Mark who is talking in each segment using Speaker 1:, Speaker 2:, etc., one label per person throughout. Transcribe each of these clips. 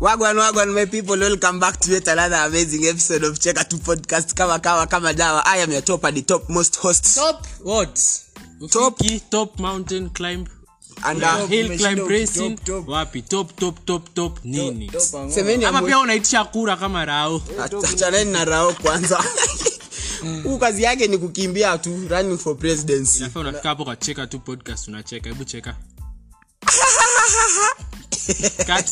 Speaker 1: wagwan wagwan my people welcome back to yet another amazing episode of cheka 2 podcast kama kawa kama dawa i am your top and the top most host
Speaker 2: top
Speaker 3: what
Speaker 1: Top.
Speaker 3: Ufiki, top mountain climb
Speaker 1: and
Speaker 2: Top,
Speaker 1: uh,
Speaker 3: hill
Speaker 2: umeshinda
Speaker 3: climb
Speaker 2: uki-
Speaker 3: racing
Speaker 2: top, top.
Speaker 3: wapi top top top top nini
Speaker 2: Top ang'oa.
Speaker 1: semeni
Speaker 3: ama
Speaker 1: amwe-
Speaker 3: pia unaitisha kura kama rao
Speaker 1: Eh, achaneni na rao kwanza huu kazi yake ni kukimbia tu running for presidency
Speaker 3: Inafaa unafika hapo kwa cheka tu podcast unacheka hebu cheka Cut.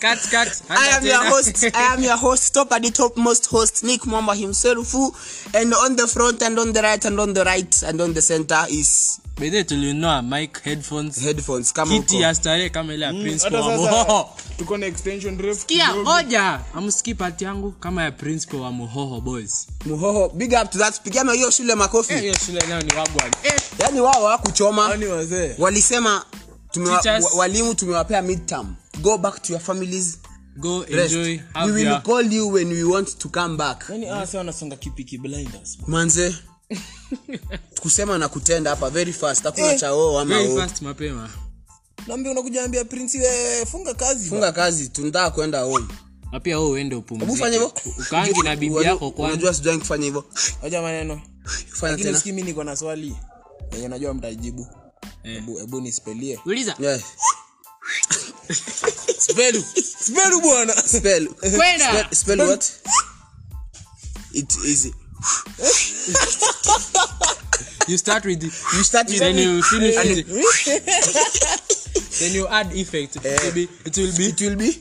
Speaker 3: Cut, cut.
Speaker 1: I am your
Speaker 3: Tena.
Speaker 1: host. I am your host, top at the top most host, Nick Mwamba himself, who, and on the front and on the right and on the right and on the center is
Speaker 3: By the way, tulinunua mic headphones
Speaker 1: headphones. Kama
Speaker 3: kiti
Speaker 1: uko.
Speaker 3: ya starehe kama ile ya prince
Speaker 2: hata
Speaker 3: Poa.
Speaker 2: sasa-
Speaker 3: Mohoho.
Speaker 2: tuko na extension refu
Speaker 3: Kia,
Speaker 2: kidogo.
Speaker 3: ngoja amsikii pati yangu kama ya prince Poa wa muhoho boys
Speaker 1: Muhoho, big up to that. Pigana hiyo shule
Speaker 3: Eh,
Speaker 1: makofi.
Speaker 3: hiyo shule leo ni wagwan Eh,
Speaker 1: Yaani wao hawakuchoma.
Speaker 2: Yaani wazee
Speaker 1: Walisema tumewa,
Speaker 3: Teachers.
Speaker 1: wa- walimu tumewapea midterm. Go back to your families.
Speaker 3: go
Speaker 1: Rest.
Speaker 3: enjoy
Speaker 1: we
Speaker 3: have
Speaker 1: will
Speaker 3: your ah,
Speaker 1: call you when we want to come back.
Speaker 2: Yaani hawa sasa wanasonga kipiki blinders
Speaker 1: Manze. kusema na kutenda hapa very fast. Hakuna
Speaker 2: Eh,
Speaker 1: cha oo ama
Speaker 3: very
Speaker 1: oo.
Speaker 3: fast mapema
Speaker 2: naambia unakuja ambia prince wewe funga kazi
Speaker 1: Funga kazi, tunataka kwenda home.
Speaker 3: na pia wewe uende
Speaker 1: Hebu fanya
Speaker 3: upumzike
Speaker 1: hivyo.
Speaker 3: ukaangi na bibi
Speaker 1: Unajua-
Speaker 3: yako kwanza
Speaker 1: Unajua sijawahi kufanya hivyo.
Speaker 2: aja maneno
Speaker 1: Fanya
Speaker 2: lakini
Speaker 1: tena.
Speaker 2: sikii mi niko na swali enye najua mtajibu
Speaker 3: Eh.
Speaker 2: hebu hebu nispelie
Speaker 3: uliza
Speaker 1: Yeah.
Speaker 2: spelu spelu bwana
Speaker 1: Spell.
Speaker 3: Kwenda.
Speaker 1: Spell, spell what? It is.
Speaker 3: you start with the,
Speaker 1: You start with
Speaker 3: then you finish
Speaker 1: and
Speaker 3: with the, then you add effect
Speaker 1: Eh.
Speaker 3: maybe it will be
Speaker 1: it will be.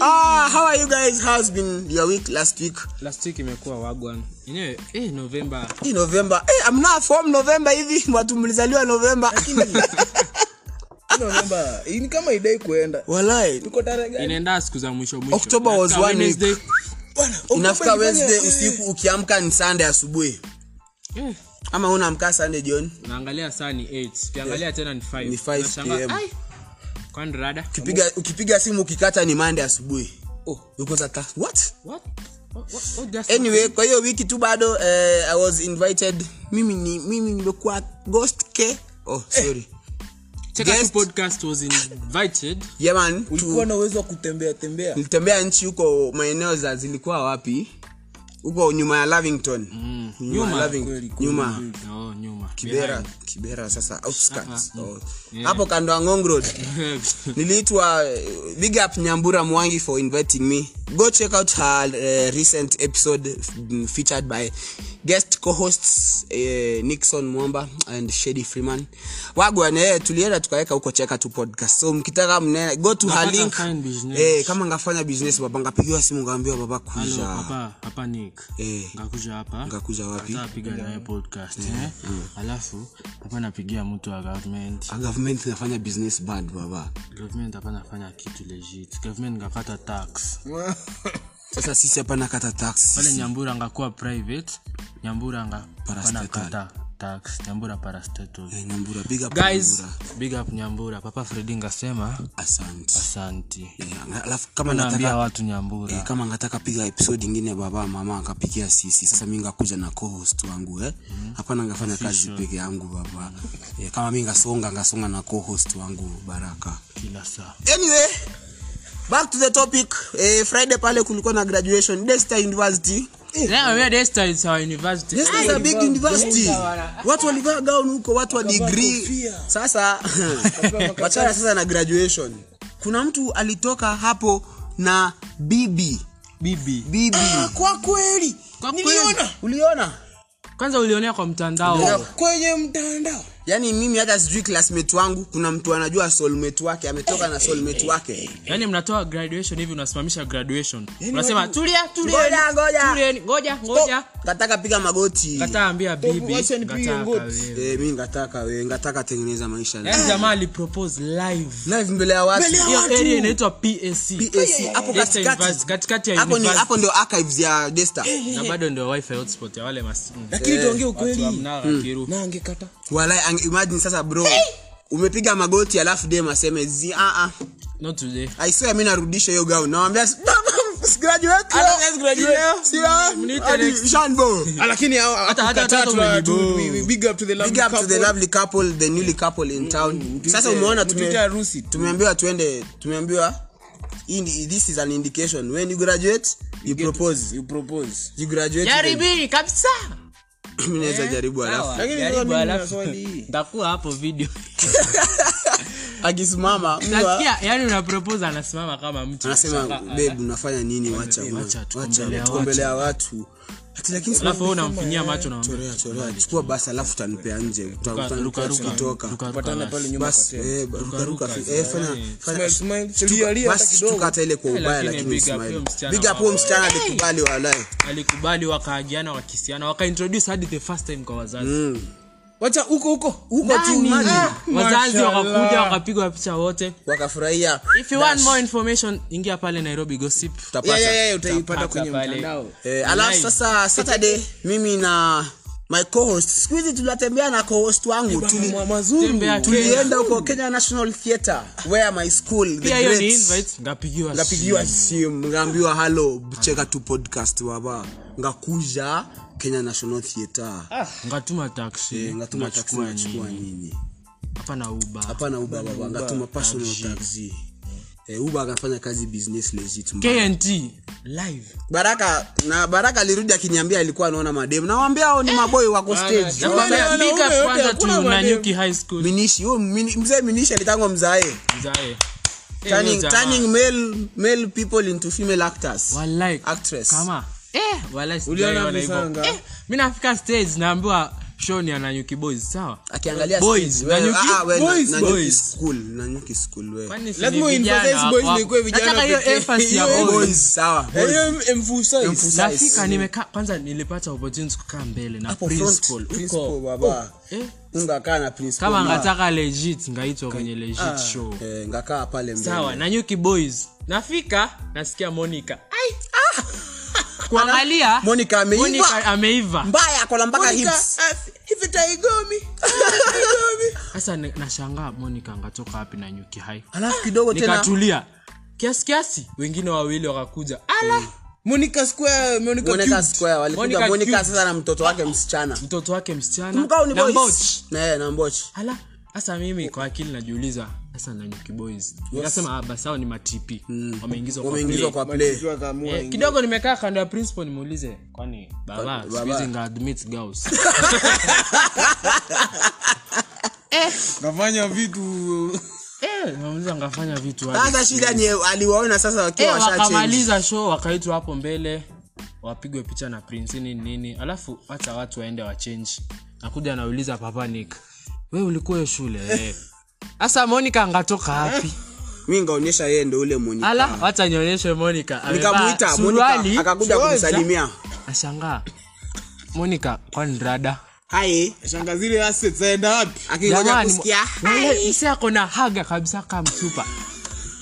Speaker 1: ah, how are you guys? How's been your week last week?
Speaker 3: last week imekuwa wagwan yenyewe eh november
Speaker 1: Hii November. Eh, amna form November hivi. Watu mlizaliwa November.
Speaker 2: namba ni kama idai kuenda
Speaker 1: Walai.
Speaker 2: tuko tarehe gani
Speaker 3: inaenda siku za mwisho mwisho
Speaker 1: Eh. October was
Speaker 3: Inafika
Speaker 1: one week.
Speaker 3: Wednesday.
Speaker 2: Bwana,
Speaker 1: Inafika
Speaker 2: Oktoba
Speaker 1: Wednesday
Speaker 2: ilifanya-
Speaker 1: usiku ukiamka ni Sunday asubuhi.
Speaker 3: Eh,
Speaker 1: Ama unaamka Sunday jioni?
Speaker 3: naangalia saa ni 8 ukiangalia tena ni 5
Speaker 1: Eh. Ni 5 PM.
Speaker 3: kwani rada
Speaker 1: Ukipiga ukipiga simu ukikata ni Monday asubuhi.
Speaker 2: Oh,
Speaker 1: Uko sasa. What?
Speaker 3: what What- what- what just
Speaker 1: anyway kwa hiyo wiki tu bado eh, i was invited mimi ni mimi nimekuwa ghost k oh
Speaker 2: Eh.
Speaker 1: sorry
Speaker 3: Cheka tu
Speaker 1: guest-
Speaker 3: podcast was invited
Speaker 1: yeah man to-
Speaker 2: ulikuwa na uwezo wa kutembea tembea
Speaker 1: nilitembea nchi huko maeneo za zilikuwa wapi huko nyuma ya lavington nyuma, ya
Speaker 3: Nyuma,
Speaker 1: Laving-
Speaker 2: Mm. kweli, kweli,
Speaker 1: nyuma
Speaker 3: oh nyuma
Speaker 1: Ah. kibera kibera sasa outskirts oh. hapo kando ya ngong road
Speaker 3: Behind.
Speaker 1: niliitwa eh, big up nyambura mwangi for inviting me go check out her uh, recent episode mm, featured by guest co-hosts uh, nixon mwamba and shady freeman wagwan eh, tulienda tukaweka huko cheka tu podcast so mkitaka mnene go to her
Speaker 3: Unapata
Speaker 1: link
Speaker 3: fine business.
Speaker 1: eh, kama ngafanya business baba ngapigiwa simu ngaambiwa baba
Speaker 3: Hello,
Speaker 1: kuja
Speaker 3: hapa hapa Nick.
Speaker 1: Eh.
Speaker 3: Ngakuja hapa.
Speaker 1: ngakuja wapi
Speaker 3: Atapiga naye podcast eh. Alafu hapa napigia mtu wa government.
Speaker 1: Ah, government nafanya business bad baba
Speaker 3: Government hapa nafanya kitu legit. Government ngakata tax.
Speaker 1: sasa sisi hapa nakata
Speaker 3: Pale
Speaker 1: taxi
Speaker 3: Nyambura ngakuwa private. Nyambura nga
Speaker 1: Parastatal.
Speaker 3: kata tax. Nyambura parastatal.
Speaker 1: Eh, nyambura big up
Speaker 3: Guys,
Speaker 1: nyambura
Speaker 3: big up Nyambura. Papa Freddy ngasema
Speaker 1: asante
Speaker 3: asante.
Speaker 1: Yeah, alafu kama nataka eh,
Speaker 3: Naambia watu Nyambura.
Speaker 1: kama ngataka piga episode ingine ya baba mama akapigia sisi sasa mi ngakuja na co-host wangu eh? hapana ngafanya kazi peke yangu baba eh, kama mi ngasonga ngasonga na co-host wangu baraka
Speaker 3: Kila saa.
Speaker 1: anyway back to the topic eh, friday pale kulikuwa na graduation Desta university
Speaker 3: Leo wewe Desta is our university.
Speaker 1: Desta is a big university watu walivaa gauni huko watu wa degree
Speaker 2: kofia.
Speaker 1: sasa wachana sasa na graduation kuna mtu alitoka hapo na bibi
Speaker 3: Bibi.
Speaker 1: bibi
Speaker 2: Ah, kwa kweli
Speaker 3: Kwa kweli.
Speaker 2: niliona
Speaker 1: uliona
Speaker 3: Kwanza ulionea kwa mtandao.
Speaker 2: kwenye mtandao
Speaker 1: yaani mimi hata sijui classmate wangu kuna mtu anajua soulmate wake ametoka na soulmate wake
Speaker 3: yaani mnatoa graduation hivi unasimamisha graduation unasema
Speaker 2: watu-
Speaker 3: tulia tulieni,
Speaker 1: ngoja ngoja
Speaker 3: tulieni, ngoja ngoja
Speaker 1: kataka Oh, piga magoti
Speaker 3: kataa ambia bibi
Speaker 2: wacha nipige
Speaker 3: kataa
Speaker 2: ngoti.
Speaker 3: kawe.
Speaker 1: eh, mi ngataka we ngataka tengeneza maisha
Speaker 3: yaani jamaa alipropose live
Speaker 1: live mbele ya Eh. watu
Speaker 2: Mbele ya
Speaker 3: hiyo
Speaker 2: Watu.
Speaker 3: area inaitwa PAC
Speaker 1: PAC hapo
Speaker 3: Desta University,
Speaker 1: katikati
Speaker 3: katikati ya
Speaker 1: hapo ni
Speaker 3: university.
Speaker 1: hapo ndio archives ya Desta
Speaker 3: na bado ndio wifi hotspot ya wale mas-
Speaker 2: lakini tuongee
Speaker 3: watu wa
Speaker 2: ukweli
Speaker 3: mnara wa Kiru.
Speaker 2: na angekata
Speaker 1: walai ang- imagine sasa bro umepiga magoti alafu dem aseme zi ah, a a
Speaker 3: Not today.
Speaker 1: i swear mimi narudisha hiyo gauni nawaambia Sigraduate leo.
Speaker 2: Hata siwezi graduate. Mm,
Speaker 1: Leo. Si leo.
Speaker 4: Mniite
Speaker 1: Hadi
Speaker 4: next.
Speaker 1: Shanbo.
Speaker 2: Ah, lakini hao-
Speaker 4: Hata- hata-
Speaker 2: hatukataa,
Speaker 4: hata
Speaker 2: tuna-
Speaker 4: tunajibu.
Speaker 2: tu- we- we- big up to the lovely
Speaker 1: Big up to the
Speaker 2: couple. Mm,
Speaker 1: lovely couple, the newly couple in town.
Speaker 2: Tuite-
Speaker 1: Sasa umeona tume-
Speaker 2: tuite harusi.
Speaker 1: tumeambiwa tuende tumeambiwa hii ni- this is an indication when you graduate you propose
Speaker 2: You propose. Eh?
Speaker 1: you graduate then-
Speaker 3: jaribi kabisa
Speaker 1: Mimi naweza jaribu alafu
Speaker 3: Sawa,
Speaker 2: Lakini
Speaker 3: jaribu,
Speaker 2: sasa mimi
Speaker 3: alafu-
Speaker 2: naswali hii.
Speaker 3: nitakuwa hapo video
Speaker 1: akisimama mwa-
Speaker 3: nasikia yani una propose anasimama kama mtu
Speaker 1: anasema
Speaker 3: Shaka-
Speaker 1: babe unafanya nini wacha ma-
Speaker 4: Wacha,
Speaker 1: wacha
Speaker 4: tukombelea
Speaker 1: tukombelea watu Ati lakini sema-
Speaker 3: alafu wewe unamfinyia macho na
Speaker 1: chorea chorea chukua basi alafu utanipea nje Uta-
Speaker 4: ruka,
Speaker 1: utanipea
Speaker 4: ruka.
Speaker 1: tukitoka
Speaker 2: Patana pale nyuma kwa
Speaker 1: basi
Speaker 2: table.
Speaker 1: eh, ba- ruka ruka eh, fanya fanya
Speaker 2: Smile, smile. Tulia, lia hata
Speaker 1: basi
Speaker 2: kidogo.
Speaker 1: tuka hata ile kwa ubaya
Speaker 3: lakini
Speaker 1: lakini
Speaker 3: big up
Speaker 1: smile
Speaker 3: huyo msichana
Speaker 1: big up huyo
Speaker 3: wako.
Speaker 1: msichana alikubali walai
Speaker 3: alikubali wakaagiana wakisiana wakaintroduce hadi the first time kwa wazazi
Speaker 1: Mm.
Speaker 2: wacha huko huko huko
Speaker 3: Nani? Ah,
Speaker 2: tu
Speaker 3: wazazi
Speaker 2: Ah, Mashallah.
Speaker 3: wakakuja wakapigwa picha wote
Speaker 1: wakafurahia
Speaker 3: if you want more information ingia pale nairobi gossip
Speaker 1: tutapata
Speaker 2: Yeah, yeah, yeah, utaipata
Speaker 3: Utapata
Speaker 2: kwenye
Speaker 3: pale.
Speaker 2: mtandao
Speaker 1: eh, alafu
Speaker 3: Live.
Speaker 1: sasa saturday mimi na my co-host siku hizi tunatembea na co-host wangu
Speaker 2: Tuli-
Speaker 1: Tuli-
Speaker 2: Tembea.
Speaker 3: tembea Kenya.
Speaker 1: tulienda huko kenya national theatre where my school the
Speaker 3: pia hiyo ni
Speaker 1: greats
Speaker 3: invite ngapigiwa
Speaker 1: ngapigiwa simu ngaambiwa halo cheka tu podcast baba ngakuja kenya national theatre
Speaker 3: shit. ngatuma taxi
Speaker 1: Eh, ngatuma taxi
Speaker 3: Nachukua
Speaker 1: nachukua
Speaker 3: nini?
Speaker 1: nini
Speaker 3: hapa na uba
Speaker 1: hapana uba baba
Speaker 3: ah,
Speaker 1: ngatuma personal taxi Eh, uba akafanya kazi business legit man.
Speaker 3: knt live
Speaker 1: baraka na baraka alirudi akiniambia alikuwa anaona mademu nawambia hao
Speaker 3: Eh,
Speaker 1: ni maboi wako stage
Speaker 3: Jamani,
Speaker 2: Jamani,
Speaker 3: big up
Speaker 2: wanaume wote,
Speaker 3: kwanza
Speaker 2: hakuna
Speaker 3: tu
Speaker 2: mademu.
Speaker 3: nanyuki high school
Speaker 1: minishi huyo mini- mzee minishi alitangwa
Speaker 3: Eh,
Speaker 1: mzae
Speaker 3: mzae
Speaker 1: turning, turning male, male people into female actors Actress.
Speaker 2: Uliona Msanga?
Speaker 3: Eh, mi nafika stage naambiwa show ni ananyuki boys sawa
Speaker 1: akiangalia
Speaker 3: Boys,
Speaker 1: stage, wewe-
Speaker 3: Nanyuki-
Speaker 1: ah, wewe na-
Speaker 2: boys,
Speaker 1: Nanyuki
Speaker 2: boys.
Speaker 1: school, Nanyuki school, wewe.
Speaker 3: Kwani si ni
Speaker 2: Lazima
Speaker 3: vijana
Speaker 2: uemphasize
Speaker 3: wako
Speaker 2: boys
Speaker 3: hapo?
Speaker 2: ndio ikuwe vijana
Speaker 3: Nataka hiyo
Speaker 2: pekee.
Speaker 3: emphasis ya
Speaker 2: Hiyo
Speaker 3: boys.
Speaker 1: Boys, sawa,
Speaker 2: Eh,
Speaker 1: boys.
Speaker 2: em- emphasize.
Speaker 3: nafika nimekaa kwanza nilipata opportunity kukaa mbele na
Speaker 1: Hapo front,
Speaker 3: principal
Speaker 1: principal,
Speaker 3: huko
Speaker 1: baba.
Speaker 3: Eh,
Speaker 1: Ungakaa na principal,
Speaker 3: kama
Speaker 1: ma.
Speaker 3: ngataka legit ngaitwa kwenye legit show
Speaker 1: Eh, ngakaa pale mbele.
Speaker 3: sawa na nyuki boys nafika nasikia monica Ai! kuangalia
Speaker 1: Monica ameiva.
Speaker 3: Monica ameiva
Speaker 1: mbaya kola mpaka hips.
Speaker 2: Ah, hivi taigomi
Speaker 3: sasa ni- nashangaa monica ngatoka wapi na nyuki hai
Speaker 1: alafu kidogo Ah, oh, tena
Speaker 3: nikatulia kiasi kiasi wengine wawili wakakuja ala
Speaker 2: monica square monica
Speaker 1: Mm. Monica
Speaker 2: Cube.
Speaker 1: Square, walikuja
Speaker 3: Monica
Speaker 1: Monica
Speaker 3: cute.
Speaker 1: sasa na mtoto wake msichana
Speaker 3: mtoto wake msichana
Speaker 1: Kumbuka hao ni
Speaker 3: na
Speaker 1: boys.
Speaker 3: mboch.
Speaker 1: Na- eh, na mbochi
Speaker 3: ala sasa mimi kwa akili najiuliza sasa na nyuki boys nikasema ah, basi hao ni matipi wameingizwa kwa
Speaker 1: Mm. wameingizwa
Speaker 3: play.
Speaker 1: kwa play
Speaker 2: Mtu akaamua
Speaker 3: Eh,
Speaker 2: ingie.
Speaker 3: kidogo nimekaa kando ya principal nimuulize kwani baba
Speaker 1: Baba.
Speaker 3: sikuhizi nga admit girls
Speaker 2: kafanya vitu
Speaker 3: Eh, namuuliza ngafanya vitu aje.
Speaker 1: sasa shida ni aliwaona sasa wakiwa
Speaker 3: Eh,
Speaker 1: washachange
Speaker 3: wakamaliza show wakaitwa hapo mbele wapigwe picha na prince nini nini alafu hata watu waende wachenji nakuja nauliza papa nick we ulikuwa hiyo shule eh. sasa monica angatoka wapi
Speaker 1: mi ngaonyesha yeye ndo ule moni
Speaker 3: ala wacha nionyeshe monica Amevaa
Speaker 1: nikamuita
Speaker 3: eh, suruali,
Speaker 1: monika akakuja
Speaker 3: shorts,
Speaker 1: kumsalimia
Speaker 3: ashangaa monica kwani rada
Speaker 1: hai
Speaker 2: shanga zile assets eh, zaenda wapi
Speaker 1: akingoja kusikia
Speaker 3: msi ako na haga kabisa kama mchupa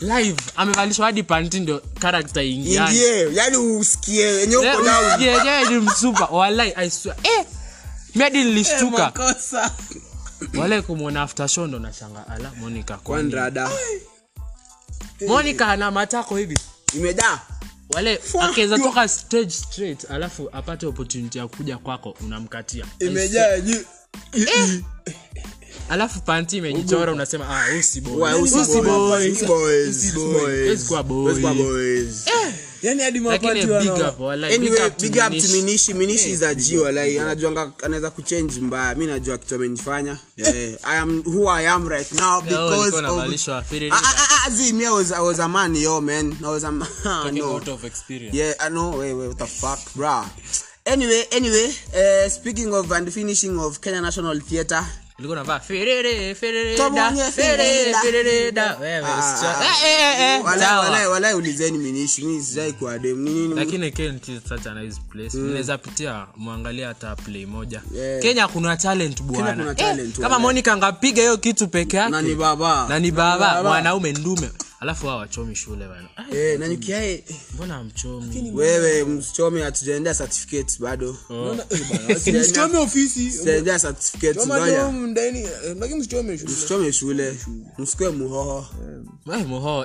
Speaker 3: live amevalishwa hadi panti ndo karakta ingiani
Speaker 1: ingie yani Yaani usikie yenye uko down
Speaker 3: yenyewe Eh, ni msupa walai I swear. eh medi
Speaker 1: Eh,
Speaker 3: nilishtuka
Speaker 2: makosa
Speaker 3: walai kumwona after show ndo nashanga ala monica kwani
Speaker 1: kwanrada
Speaker 3: monica ana matako hivi
Speaker 1: imejaa
Speaker 3: wale akiweza toka stage straight alafu apate opportunity ya kuja kwako unamkatia
Speaker 2: imejaa eh, nyi-
Speaker 3: alafu panti imejichora unasema ah huyu si boy.
Speaker 1: Wa- usi-
Speaker 3: Huyu si
Speaker 1: usi- Yaani boys,
Speaker 3: boy.
Speaker 1: Yaani boys.
Speaker 3: Huyu si kwa boy.
Speaker 1: Usi kwa boys.
Speaker 2: yani hadi
Speaker 3: Lakini
Speaker 2: mapati
Speaker 3: big
Speaker 2: wana-
Speaker 3: up, walai, big
Speaker 1: Anyway,
Speaker 3: up to
Speaker 1: big up to
Speaker 3: Minishi.
Speaker 1: minishi minishi is a G, walai anajuanga anaweza kuchange mbaya mi najua kitu amenifanya Eh, I am who I am right now
Speaker 3: Leo
Speaker 1: because
Speaker 3: alikuwa
Speaker 1: of
Speaker 3: anavalishwa Ferrari
Speaker 1: Ah, ah, ah, ah, Z, me, I was, I was a man, yo, man. I was a man.
Speaker 3: talking
Speaker 1: no.
Speaker 3: out of experience.
Speaker 1: Yeah, I know. Wait, wait, what the fuck, bruh. Anyway, anyway, uh, speaking of and finishing of Kenya National Theatre,
Speaker 3: Ulikuwa unavaa ferere, ferere,
Speaker 1: Tom
Speaker 3: da,
Speaker 1: Onye,
Speaker 3: ferere,
Speaker 1: da. Ah,
Speaker 3: ferere, da. Wewe, usichora- Eh, eh, eh, eh,
Speaker 1: walai,
Speaker 3: sawa.
Speaker 1: walai, walai, ulizeni minishi, mi sijai kuwa dem, ni nini,
Speaker 3: lakini KNT is such a nice place mnaweza pitia mwangalia hata play moja
Speaker 1: Mm. Yeah.
Speaker 3: kenya kuna talent
Speaker 1: kuna
Speaker 3: bwana Eh,
Speaker 1: talent,
Speaker 3: kama
Speaker 1: wale.
Speaker 3: monica ngapiga hiyo kitu peke yake
Speaker 1: na ni baba.
Speaker 3: na ni baba mwanaume ndume alafu hawa wachomi shule bana Ah,
Speaker 1: Eh, na nyukiae
Speaker 3: mbona amchomi
Speaker 1: wewe mchome hatujaendea certificate bado
Speaker 3: Oh.
Speaker 2: msichome ofisi
Speaker 1: sijaendea certificate
Speaker 2: Choma
Speaker 1: ngoja.
Speaker 2: dom ndani eh, lakini msichome shule
Speaker 1: msichome shule msikue muhoho
Speaker 3: moho eh, muhoho,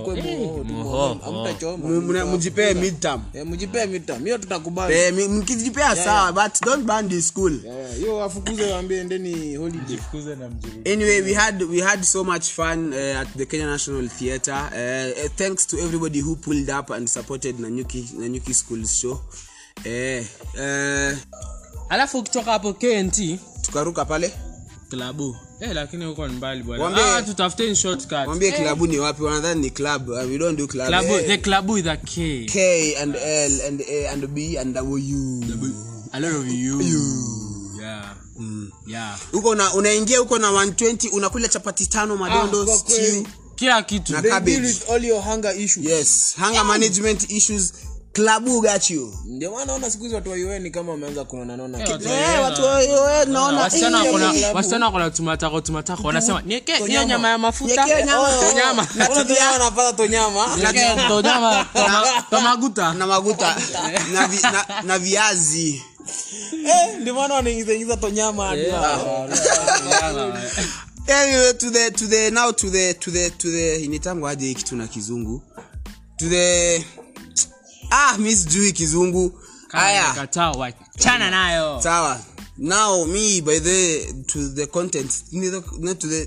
Speaker 2: mkwe
Speaker 3: eh,
Speaker 2: muhoho,
Speaker 3: muhoho.
Speaker 1: M- mna- mjipee midterm
Speaker 2: Eh, mjipee mita mio tutakubali
Speaker 1: Eh, mi- mkijipea sawa but don't ban the school
Speaker 2: Eh, hiyo wafukuze waambie endeni holiday
Speaker 1: anyway we had we had so much fun uh, at the kenya national theatre uh, uh, thanks to everybody who pulled up and supported nanyuki nanyuki schools show eh eh,
Speaker 3: alafu ukitoka hapo knt
Speaker 1: tukaruka pale
Speaker 3: klabu eh, lakini huko ni mbali bwana
Speaker 1: Waambie-
Speaker 3: ah, tutafuteni shortcut
Speaker 1: mwambie klabu ni wapi wanadhani ni club uh, we don't do club
Speaker 3: klabu
Speaker 1: Eh,
Speaker 3: the klabu with a k
Speaker 1: k and l and a and b and w
Speaker 3: a lot of you, yeah
Speaker 1: Mm.
Speaker 3: yeah
Speaker 1: huko na unaingia huko na 120 unakula chapati tano madondo
Speaker 2: Ah, kwa
Speaker 1: stew
Speaker 2: kweli.
Speaker 3: kila kitu
Speaker 1: na
Speaker 2: They deal
Speaker 1: cabbage
Speaker 2: with all your hunger issues
Speaker 1: yes hunger
Speaker 2: Yaani-
Speaker 1: management issues klabu got you
Speaker 2: ndio maana naona siku hizi watu wa UN kama wameanza kunona nona
Speaker 3: Eh,
Speaker 2: kitu.
Speaker 3: watu-
Speaker 1: eh watu
Speaker 2: Ah,
Speaker 1: wewe naona
Speaker 3: wasichana
Speaker 1: eh,
Speaker 3: wakona-
Speaker 1: eh,
Speaker 3: wasichana wakona tumatako tumatako wanasema "Nieke- niyo nyama ya mafuta
Speaker 1: Nieke nyama.
Speaker 3: Oh,
Speaker 1: Oh,
Speaker 3: nyama.
Speaker 1: na
Speaker 2: Mbona
Speaker 1: tibia-
Speaker 2: tunaona wanapata tu nyama?
Speaker 3: Nieke to nyama to ma- to maguta
Speaker 1: Ah, na maguta na, vi, na, na viazi
Speaker 2: Eh, ndio maana wanaingiza ingiza to nyama hadi hapo.
Speaker 1: anyway, to the to the now to the to the to the initangwa aje hii kitu na kizungu to the ah mi sijui kizungu haya
Speaker 3: kataa wachana nayo
Speaker 1: sawa now me by the to the content ni the- not to the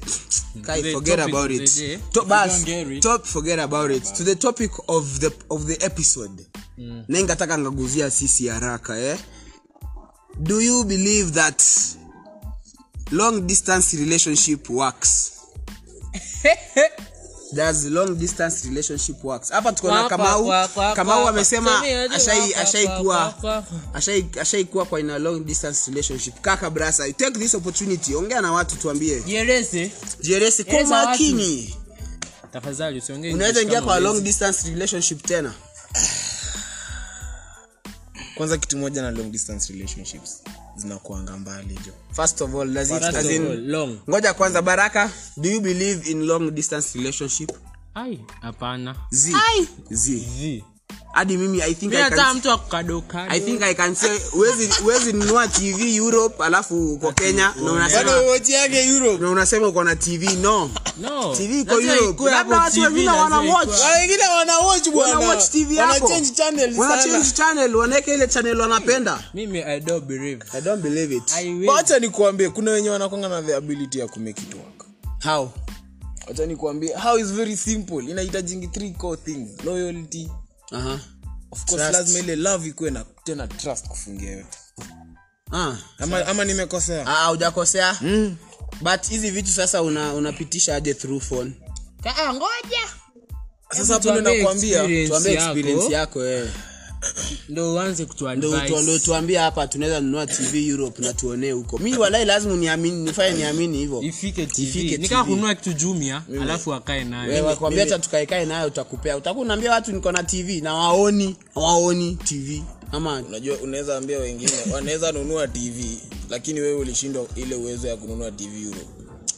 Speaker 1: Kai,
Speaker 3: the
Speaker 1: forget
Speaker 3: topic
Speaker 1: about
Speaker 3: of
Speaker 1: it
Speaker 3: the day.
Speaker 1: to, bas,
Speaker 4: don't get it.
Speaker 1: top forget about it to the topic of the of the episode mm. nengataka ngaguzia sisi haraka eh do you believe that long distance relationship works Does long distance relationship works hapa tuko na
Speaker 3: Kwa- kwa-
Speaker 1: kamau
Speaker 3: kwa- kwa-
Speaker 1: kamau
Speaker 3: kwa-
Speaker 1: amesema
Speaker 3: Tumia juu,
Speaker 1: ashai-
Speaker 3: kwa-
Speaker 1: ashaikuwa
Speaker 3: kwa- kwa- kwa.
Speaker 1: ashai- ashaikuwa kwa ina long distance relationship kaka brasa take this opportunity ongea na watu tuambie
Speaker 3: jerese
Speaker 1: jeresi kwa
Speaker 3: Eleza watu.
Speaker 1: makini
Speaker 3: tafadhali usiongee
Speaker 1: unaweza
Speaker 3: English
Speaker 1: ingia
Speaker 3: kama
Speaker 1: kwa long
Speaker 3: ulezi.
Speaker 1: distance relationship tena
Speaker 2: Kwanza kitu moja na long distance relationships zinakuanga mbali jo.
Speaker 1: first of all does it,
Speaker 3: First
Speaker 1: as
Speaker 3: of
Speaker 1: in,
Speaker 3: all, long
Speaker 1: ngoja kwanza baraka do you believe in long distance relationship
Speaker 3: ai hapana
Speaker 1: z z
Speaker 3: vi
Speaker 1: hadi mimi i think
Speaker 3: mi
Speaker 1: I
Speaker 3: hata
Speaker 1: can,
Speaker 3: mtu akukadokado
Speaker 1: i think i can say huwezi huwezi nunua tv europe alafu uko kenya na unasema
Speaker 2: Bado wote yake Europe.
Speaker 1: na unasema uko na tv no
Speaker 3: no
Speaker 1: TV iko
Speaker 3: Lazima
Speaker 1: Europe.
Speaker 3: ikue hapo
Speaker 1: Labda watu
Speaker 3: TV,
Speaker 1: wengine
Speaker 3: lazima
Speaker 1: wana watch.
Speaker 3: ikue-
Speaker 2: Na wengine wana watch bwana.
Speaker 1: wana watch tv
Speaker 2: Wana
Speaker 1: hapo
Speaker 2: change channel
Speaker 1: wana
Speaker 2: sana.
Speaker 1: change channel wanaeka ile channel wanapenda
Speaker 3: mimi i don't believe
Speaker 1: i don't believe it
Speaker 3: I
Speaker 2: But
Speaker 3: will.
Speaker 2: Wacha nikuambie kuna wenye wanakwanga na the ability ya kumake it work.
Speaker 1: how
Speaker 2: Wacha nikuambie how is very simple. Inahitajingi three core things. Loyalty,
Speaker 1: aha
Speaker 2: of course
Speaker 1: Trust.
Speaker 2: lazima ile love ikuwe na tena trust kufungia yote.
Speaker 1: ah
Speaker 2: Ama, ama nimekosea?
Speaker 1: Ah, hujakosea mm.
Speaker 3: Hmm.
Speaker 1: but hizi vitu sasa una- unapitisha aje through phone
Speaker 3: Kaa, ngoja
Speaker 2: Sasa hapo ndo
Speaker 3: tuambie
Speaker 2: nakwambia
Speaker 3: experience.
Speaker 1: tuambie
Speaker 3: yako.
Speaker 1: experience yako eh. wewe.
Speaker 3: ndo uanze
Speaker 1: Ndo utu- ndo
Speaker 3: kutuadvise
Speaker 1: tuambie hapa tunaweza nunua tv europe na tuonee huko mi walai lazima niamini nifanye niamini hivyo
Speaker 3: ifike
Speaker 1: Ifike
Speaker 3: tv nikaa
Speaker 1: TV.
Speaker 3: kununua kitu jumia alafu akae
Speaker 1: Wewe
Speaker 3: nayo Yaani,
Speaker 1: wakwambia hata tukaekae nayo utakupea utakuwa unaambia watu niko na tv na waoni waoni tv ama
Speaker 2: unajua unaweza ambia wengine wanaweza nunua tv lakini wewe ulishindwa ile uwezo ya kununua tv euro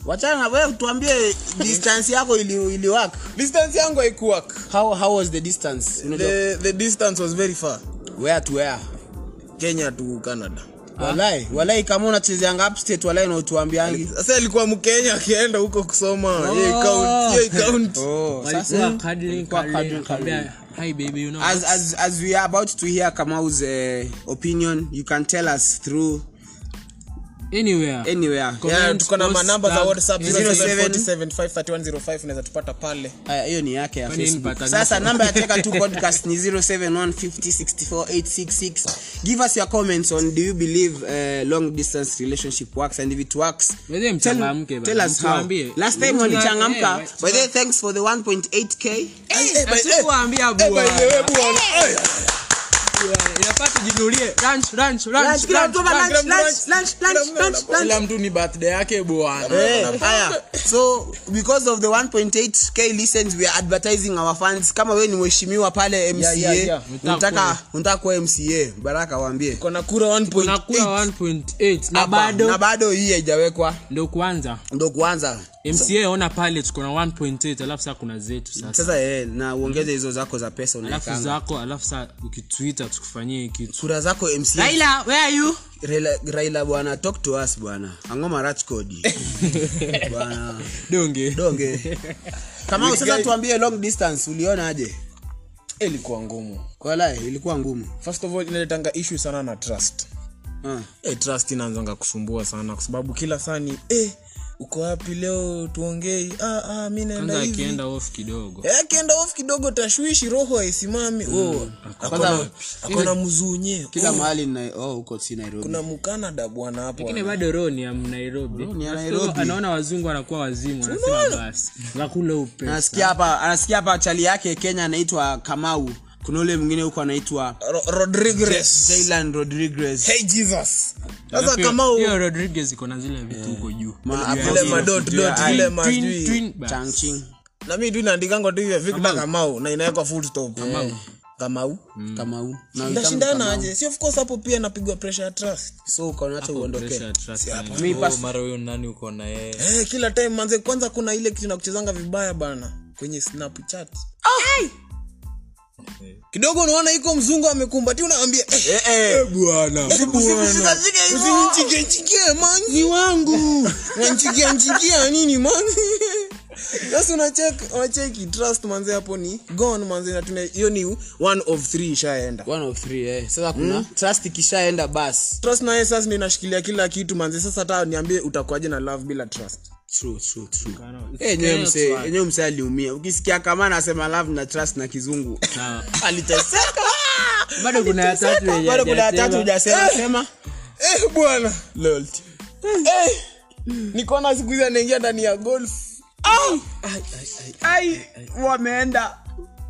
Speaker 1: wachana na wewe tuambie distance yako ili, ili work
Speaker 2: distance yangu haikuwork
Speaker 1: how, how was the distance Unajua-
Speaker 2: the, the distance was very far
Speaker 1: where to where
Speaker 2: kenya to canada
Speaker 1: Ah. walai walai kama unachezeanga upstate walai nautuambiangi
Speaker 2: sasa alikuwa mkenya akienda huko kusoma yeye count- yeye
Speaker 1: Oh.
Speaker 2: count.
Speaker 3: walikuwa cuddling, cuddling,
Speaker 1: cuddling,
Speaker 3: kaambia, hi baby you know
Speaker 1: as, as, as we are about to hear Kamau's uh, opinion, you can tell us through Eh,
Speaker 3: anywhere
Speaker 1: anywhere.
Speaker 3: Comment,
Speaker 2: Yeah, tuko na
Speaker 3: post,
Speaker 2: manamba za
Speaker 3: tag,
Speaker 2: whatsapp
Speaker 1: 07
Speaker 2: 0747510505 unaweza tupata pale
Speaker 1: Aya, Ah, hiyo ni yake ya
Speaker 3: Kwani
Speaker 1: Facebook.
Speaker 3: nipata
Speaker 1: Sasa
Speaker 3: nini?
Speaker 1: namba ya Teka tu podcast ni 0715064866. Give us your comments on do you believe uh, long distance relationship works and if it works
Speaker 3: Wewe mchangamke
Speaker 1: tell, tell
Speaker 3: bana,
Speaker 1: us how.
Speaker 3: mtuambie.
Speaker 1: Last time
Speaker 3: Mtu-
Speaker 1: walichangamka.
Speaker 3: eh, eh,
Speaker 1: By the way, thanks for the 1.8k.
Speaker 2: Eh, eh, by- eh,
Speaker 3: asikuambia
Speaker 2: eh, by the way, bwana. Eh,
Speaker 3: inafaa tujinulie ranch ranch ranch
Speaker 1: Lunch, kila
Speaker 3: ranch
Speaker 1: mtu hapa
Speaker 2: lunch,
Speaker 1: lunch, lunch,
Speaker 2: lunch,
Speaker 1: lunch,
Speaker 2: kila
Speaker 1: lunch,
Speaker 2: mtu
Speaker 1: lunch,
Speaker 2: anapata-
Speaker 1: lunch.
Speaker 3: kila mtu ni birthday yake bwana
Speaker 1: Eh, haya so because of the 1.8k listens we are advertising our fans kama we ni mheshimiwa pale mca
Speaker 2: yeah, yeah.
Speaker 1: unataka unataka kuwa mca baraka waambie
Speaker 2: kuna kura 1.8.
Speaker 3: nakula 1.8 na
Speaker 1: Hapa, na
Speaker 3: bado
Speaker 1: bado hii haijawekwa
Speaker 3: ndo kuanza
Speaker 1: ndo kuanza
Speaker 3: mca ona pale tuko na 1.8 alafu saa kuna zetu sasa
Speaker 1: sasa eh, na uongeze hizo zako za pesa
Speaker 3: alafu
Speaker 1: unaekanga
Speaker 3: zako alafu saa ukitwitter tukufanyie kitu
Speaker 1: kura zako mc
Speaker 3: raila where are you
Speaker 1: raila, raila bwana talk to us bwana angoma rach kodi bwana
Speaker 3: donge
Speaker 1: donge kama sasa
Speaker 2: guy-
Speaker 1: tuambie long distance ulionaje
Speaker 2: ilikuwa ngumu
Speaker 1: kwala ilikuwa ngumu
Speaker 2: first of all inaletanga issue sana na trust
Speaker 1: Ah.
Speaker 2: eh, trust inaanzanga kusumbua sana kwa sababu kila saa ni eh, uko wapi leo tuongei ah, ah, mi naenda
Speaker 3: kwanza
Speaker 2: hivi
Speaker 3: akienda off kidogo
Speaker 2: Eh, akienda off kidogo tashwishi roho haisimami oh, akona- akona mzunye
Speaker 1: kila
Speaker 2: Oh,
Speaker 1: mahali nina- oh, huko si nairobi
Speaker 2: kuna mkanada bwana hapo
Speaker 3: lakini bado roho ni ya nairobi
Speaker 1: ni ya
Speaker 3: Alafu
Speaker 1: Nairobi.
Speaker 3: anaona wazungu anakuwa wazimu anasema basi nakula upe
Speaker 1: anasikia hapa anasikia hapa chali yake kenya anaitwa kamau kuna ule mwingine huko anaitwa
Speaker 2: Ro- rodriguez
Speaker 1: jaylan rodriguez
Speaker 2: hey jesus sasa kama u-
Speaker 3: hiyo rodriguez iko na zile vitu huko juu
Speaker 1: Ma- hapo
Speaker 2: vile
Speaker 1: ndio
Speaker 2: madot
Speaker 1: kitu ya
Speaker 2: dot
Speaker 1: ai-
Speaker 2: vile
Speaker 3: Twin,
Speaker 2: majui
Speaker 3: twin, bas.
Speaker 1: Changching.
Speaker 2: na mi tu inaandikangwa tu hivyo vikta kamau na inawekwa full stop kamau
Speaker 1: kamau Mm. Na witamu
Speaker 2: ndashindana
Speaker 1: Kamau.
Speaker 2: Mm. aje si of course hapo pia inapigwa pressure ya trust
Speaker 1: so ukaona acha uondoke
Speaker 3: Pressure trust Oh, yani.
Speaker 1: Mi pas-
Speaker 5: mara huyo nani uko na yeye
Speaker 2: eh, kila time manze kwanza kuna ile kitu nakuchezanga vibaya bana kwenye snapchat
Speaker 1: Ah!
Speaker 2: Hey! kidogo unaona iko mzungu amekumbati unaambia eh, eh, bwana usinichingenchige man ni wangu nanchigianchigia nini man sasa unacheki unacheki trust manze hapo ni gone manze na tume- hiyo ni one of three ishaenda
Speaker 1: one of three eh. sasa kuna
Speaker 2: Hmm?
Speaker 1: trust ikishaenda basi
Speaker 2: trust naye sasa ndio inashikilia kila kitu manze sasa hata niambie utakuwaje na love bila trust
Speaker 1: true true true Eh, enyewe mse enyewe mse aliumia ukisikia kama anasema love na trust na kizungu aliteseka
Speaker 3: bado kuna ya tatu yenye
Speaker 1: bado kuna ya tatu
Speaker 3: hajasema.
Speaker 1: hujasema sema
Speaker 2: eh, bwana eh, nikaona siku hizi anaingia ndani ya golf Ah!
Speaker 1: wameenda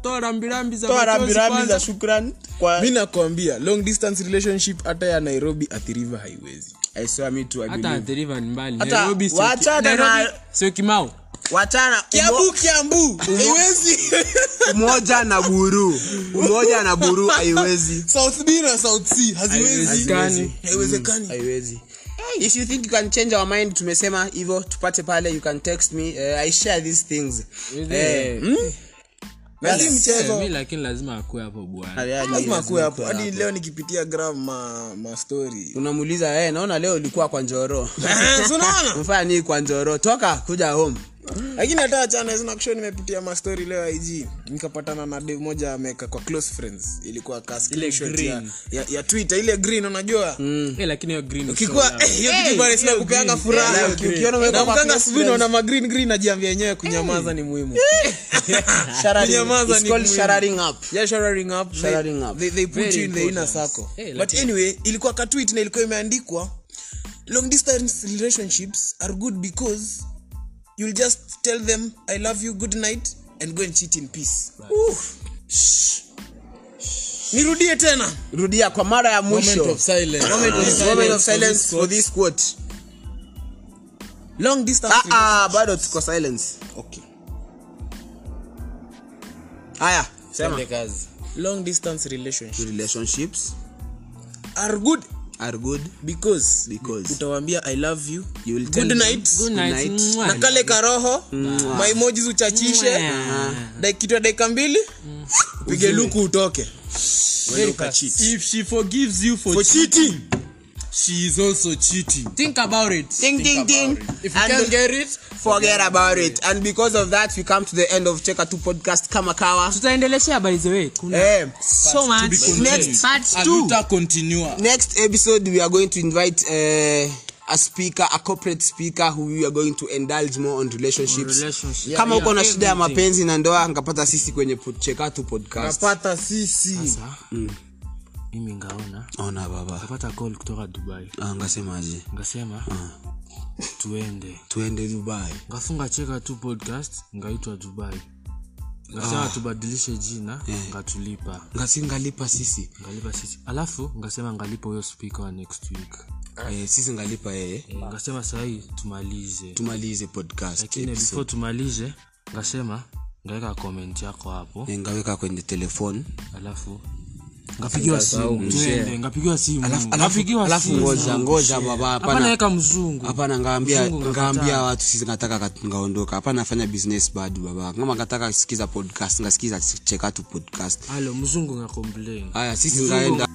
Speaker 3: Toa rambirambi za
Speaker 1: toa
Speaker 3: machozi
Speaker 1: rambirambi
Speaker 3: kwanza.
Speaker 1: za shukran kwa
Speaker 2: mi nakwambia long distance relationship hata ya nairobi athiriva haiwezi
Speaker 1: I swear me too, I
Speaker 3: hata
Speaker 1: believe.
Speaker 3: athiriva ni mbali
Speaker 1: Hata
Speaker 3: nairobi sio ki-
Speaker 1: wachana na-
Speaker 3: Nairobi sio kimau
Speaker 1: wachana
Speaker 2: kiambu
Speaker 1: umo-
Speaker 2: kiambu haiwezi
Speaker 1: umoja na buru umoja na buru haiwezi
Speaker 2: south b na south c haziwezi
Speaker 3: Haiwezekani.
Speaker 2: haiwezekani
Speaker 1: haiwezi if you think you can change our mind tumesema hivyo tupate pale you can text me uh, i share these things Eh,
Speaker 2: Hmm?
Speaker 1: mm?
Speaker 2: na si
Speaker 3: Eh, mi
Speaker 2: mchezo
Speaker 3: lakini lazima akue hapo bwana
Speaker 1: Hali- hali-
Speaker 2: lazima kuwe hapo
Speaker 1: hali-
Speaker 2: hadi leo nikipitia gram ma, ma story
Speaker 1: unamuuliza eh, naona leo ulikuwa kwa njoro
Speaker 2: Eh, si unaona
Speaker 1: mfanya nii kwa njoro toka kuja home
Speaker 2: lakini hata achana hizo nakushow nimepitia ma story leo ig nikapatana na de moja ameweka kwa close friends ilikuwa kaskilshot ya, ya, ya twitter ile green unajua
Speaker 3: Eh, lakini hiyo green
Speaker 2: ukikuwa eh, hiyo kitu pale sinakupeanga furaha
Speaker 1: Eh, uki- ukiona umewekwa
Speaker 2: Na
Speaker 1: kwa
Speaker 2: mkanga
Speaker 1: close
Speaker 2: asubuhi
Speaker 1: friends.
Speaker 2: naona magreen green najiambia yenyewe kunyamaza ni muhimu
Speaker 1: Shararing-
Speaker 2: Kunyamaza
Speaker 1: it's
Speaker 2: ni
Speaker 1: called
Speaker 2: muhimu.
Speaker 1: sharing up
Speaker 2: Yeah, showering up, they-
Speaker 1: Showering up.
Speaker 2: they- they put
Speaker 3: Very
Speaker 2: you in the inner
Speaker 3: important.
Speaker 2: circle.
Speaker 3: Eh,
Speaker 2: But anyway, ilikuwa ka tweet na ilikuwa imeandikwa long distance relationships are good because you'll just tell them i love you good night and go and cheat in peace Oof. Shh. nirudie tena
Speaker 1: rudia kwa mara ya mwisho Moment of silence for this quote.
Speaker 2: long distance
Speaker 1: Ah, ah, bado tuko silence
Speaker 2: Okay.
Speaker 1: haya
Speaker 5: Twende kazi
Speaker 2: long distance relationships
Speaker 1: relationships
Speaker 2: are good
Speaker 1: are good
Speaker 2: because
Speaker 1: because
Speaker 2: utawaambia i love you
Speaker 1: you will tell
Speaker 2: good
Speaker 1: them
Speaker 2: night
Speaker 3: Good
Speaker 1: Good
Speaker 3: night.
Speaker 1: night.
Speaker 3: Mwah.
Speaker 2: na kale karoho maimojis uchachishe da- kitu ya dakika mbili upige luku utoke Uende ukacheat.
Speaker 4: If she forgives you for,
Speaker 2: For cheating.
Speaker 4: she is also cheating.
Speaker 3: think about it
Speaker 1: ding ding ding
Speaker 3: if you
Speaker 1: and
Speaker 3: can get it
Speaker 1: forget about it and because of that we come to the end of cheka 2 podcast kama kawa
Speaker 3: tutaendelesha habari zewe kuna
Speaker 1: eh,
Speaker 3: so much next part two
Speaker 4: Hatutakontinua.
Speaker 1: next episode we are going to invite uh, a speaker a corporate speaker who we are going to indulge more on relationships
Speaker 3: On relationships.
Speaker 1: kama
Speaker 3: Yeah,
Speaker 1: uko na
Speaker 3: yeah,
Speaker 1: shida ya
Speaker 3: everything.
Speaker 1: mapenzi na ndoa ngapata sisi kwenye pod- cheka 2 podcast
Speaker 2: napata
Speaker 4: Eh.
Speaker 2: sisi
Speaker 3: mimi ngaona
Speaker 1: ona baba
Speaker 3: kapata call kutoka dubai
Speaker 1: Ah, ngasemaje
Speaker 3: ngasema
Speaker 4: Ah.
Speaker 3: tuende
Speaker 1: tuende dubai
Speaker 3: ngafunga cheka tu podcast ngaitwa dubai ngasema
Speaker 4: Ah.
Speaker 3: tubadilishe jina
Speaker 4: Eh.
Speaker 3: ngatulipa
Speaker 1: ngasi ngalipa sisi
Speaker 3: ngalipa sisi alafu ngasema ngalipa huyo speaker wa next week
Speaker 1: eh, sisi ngalipa yeye
Speaker 3: Eh, ngasema sahii tumalize
Speaker 1: tumalize podcast
Speaker 3: lakini
Speaker 1: episode.
Speaker 3: before tumalize ngasema ngaweka comment yako hapo
Speaker 1: Eh, ngaweka kwenye telefone
Speaker 3: alafu ngapigiwa simu tuende ngapigiwa simu
Speaker 1: Alafu- alafu-
Speaker 3: ngapigiwa
Speaker 1: alafu
Speaker 3: simu
Speaker 1: ngoja ngoja baba
Speaker 3: hapana
Speaker 1: hapana
Speaker 3: weka mzungu
Speaker 1: hapana ngaambia
Speaker 3: Mzungu ngakataa.
Speaker 1: ngaambia watu sisi nataka kat- ngaondoka hapana fanya business bado baba kama ngataka sikiza podcast ngasikiza cheka tu podcast
Speaker 3: halo mzungu nga complain
Speaker 1: haya sisi
Speaker 3: Mzungu
Speaker 1: ngaenda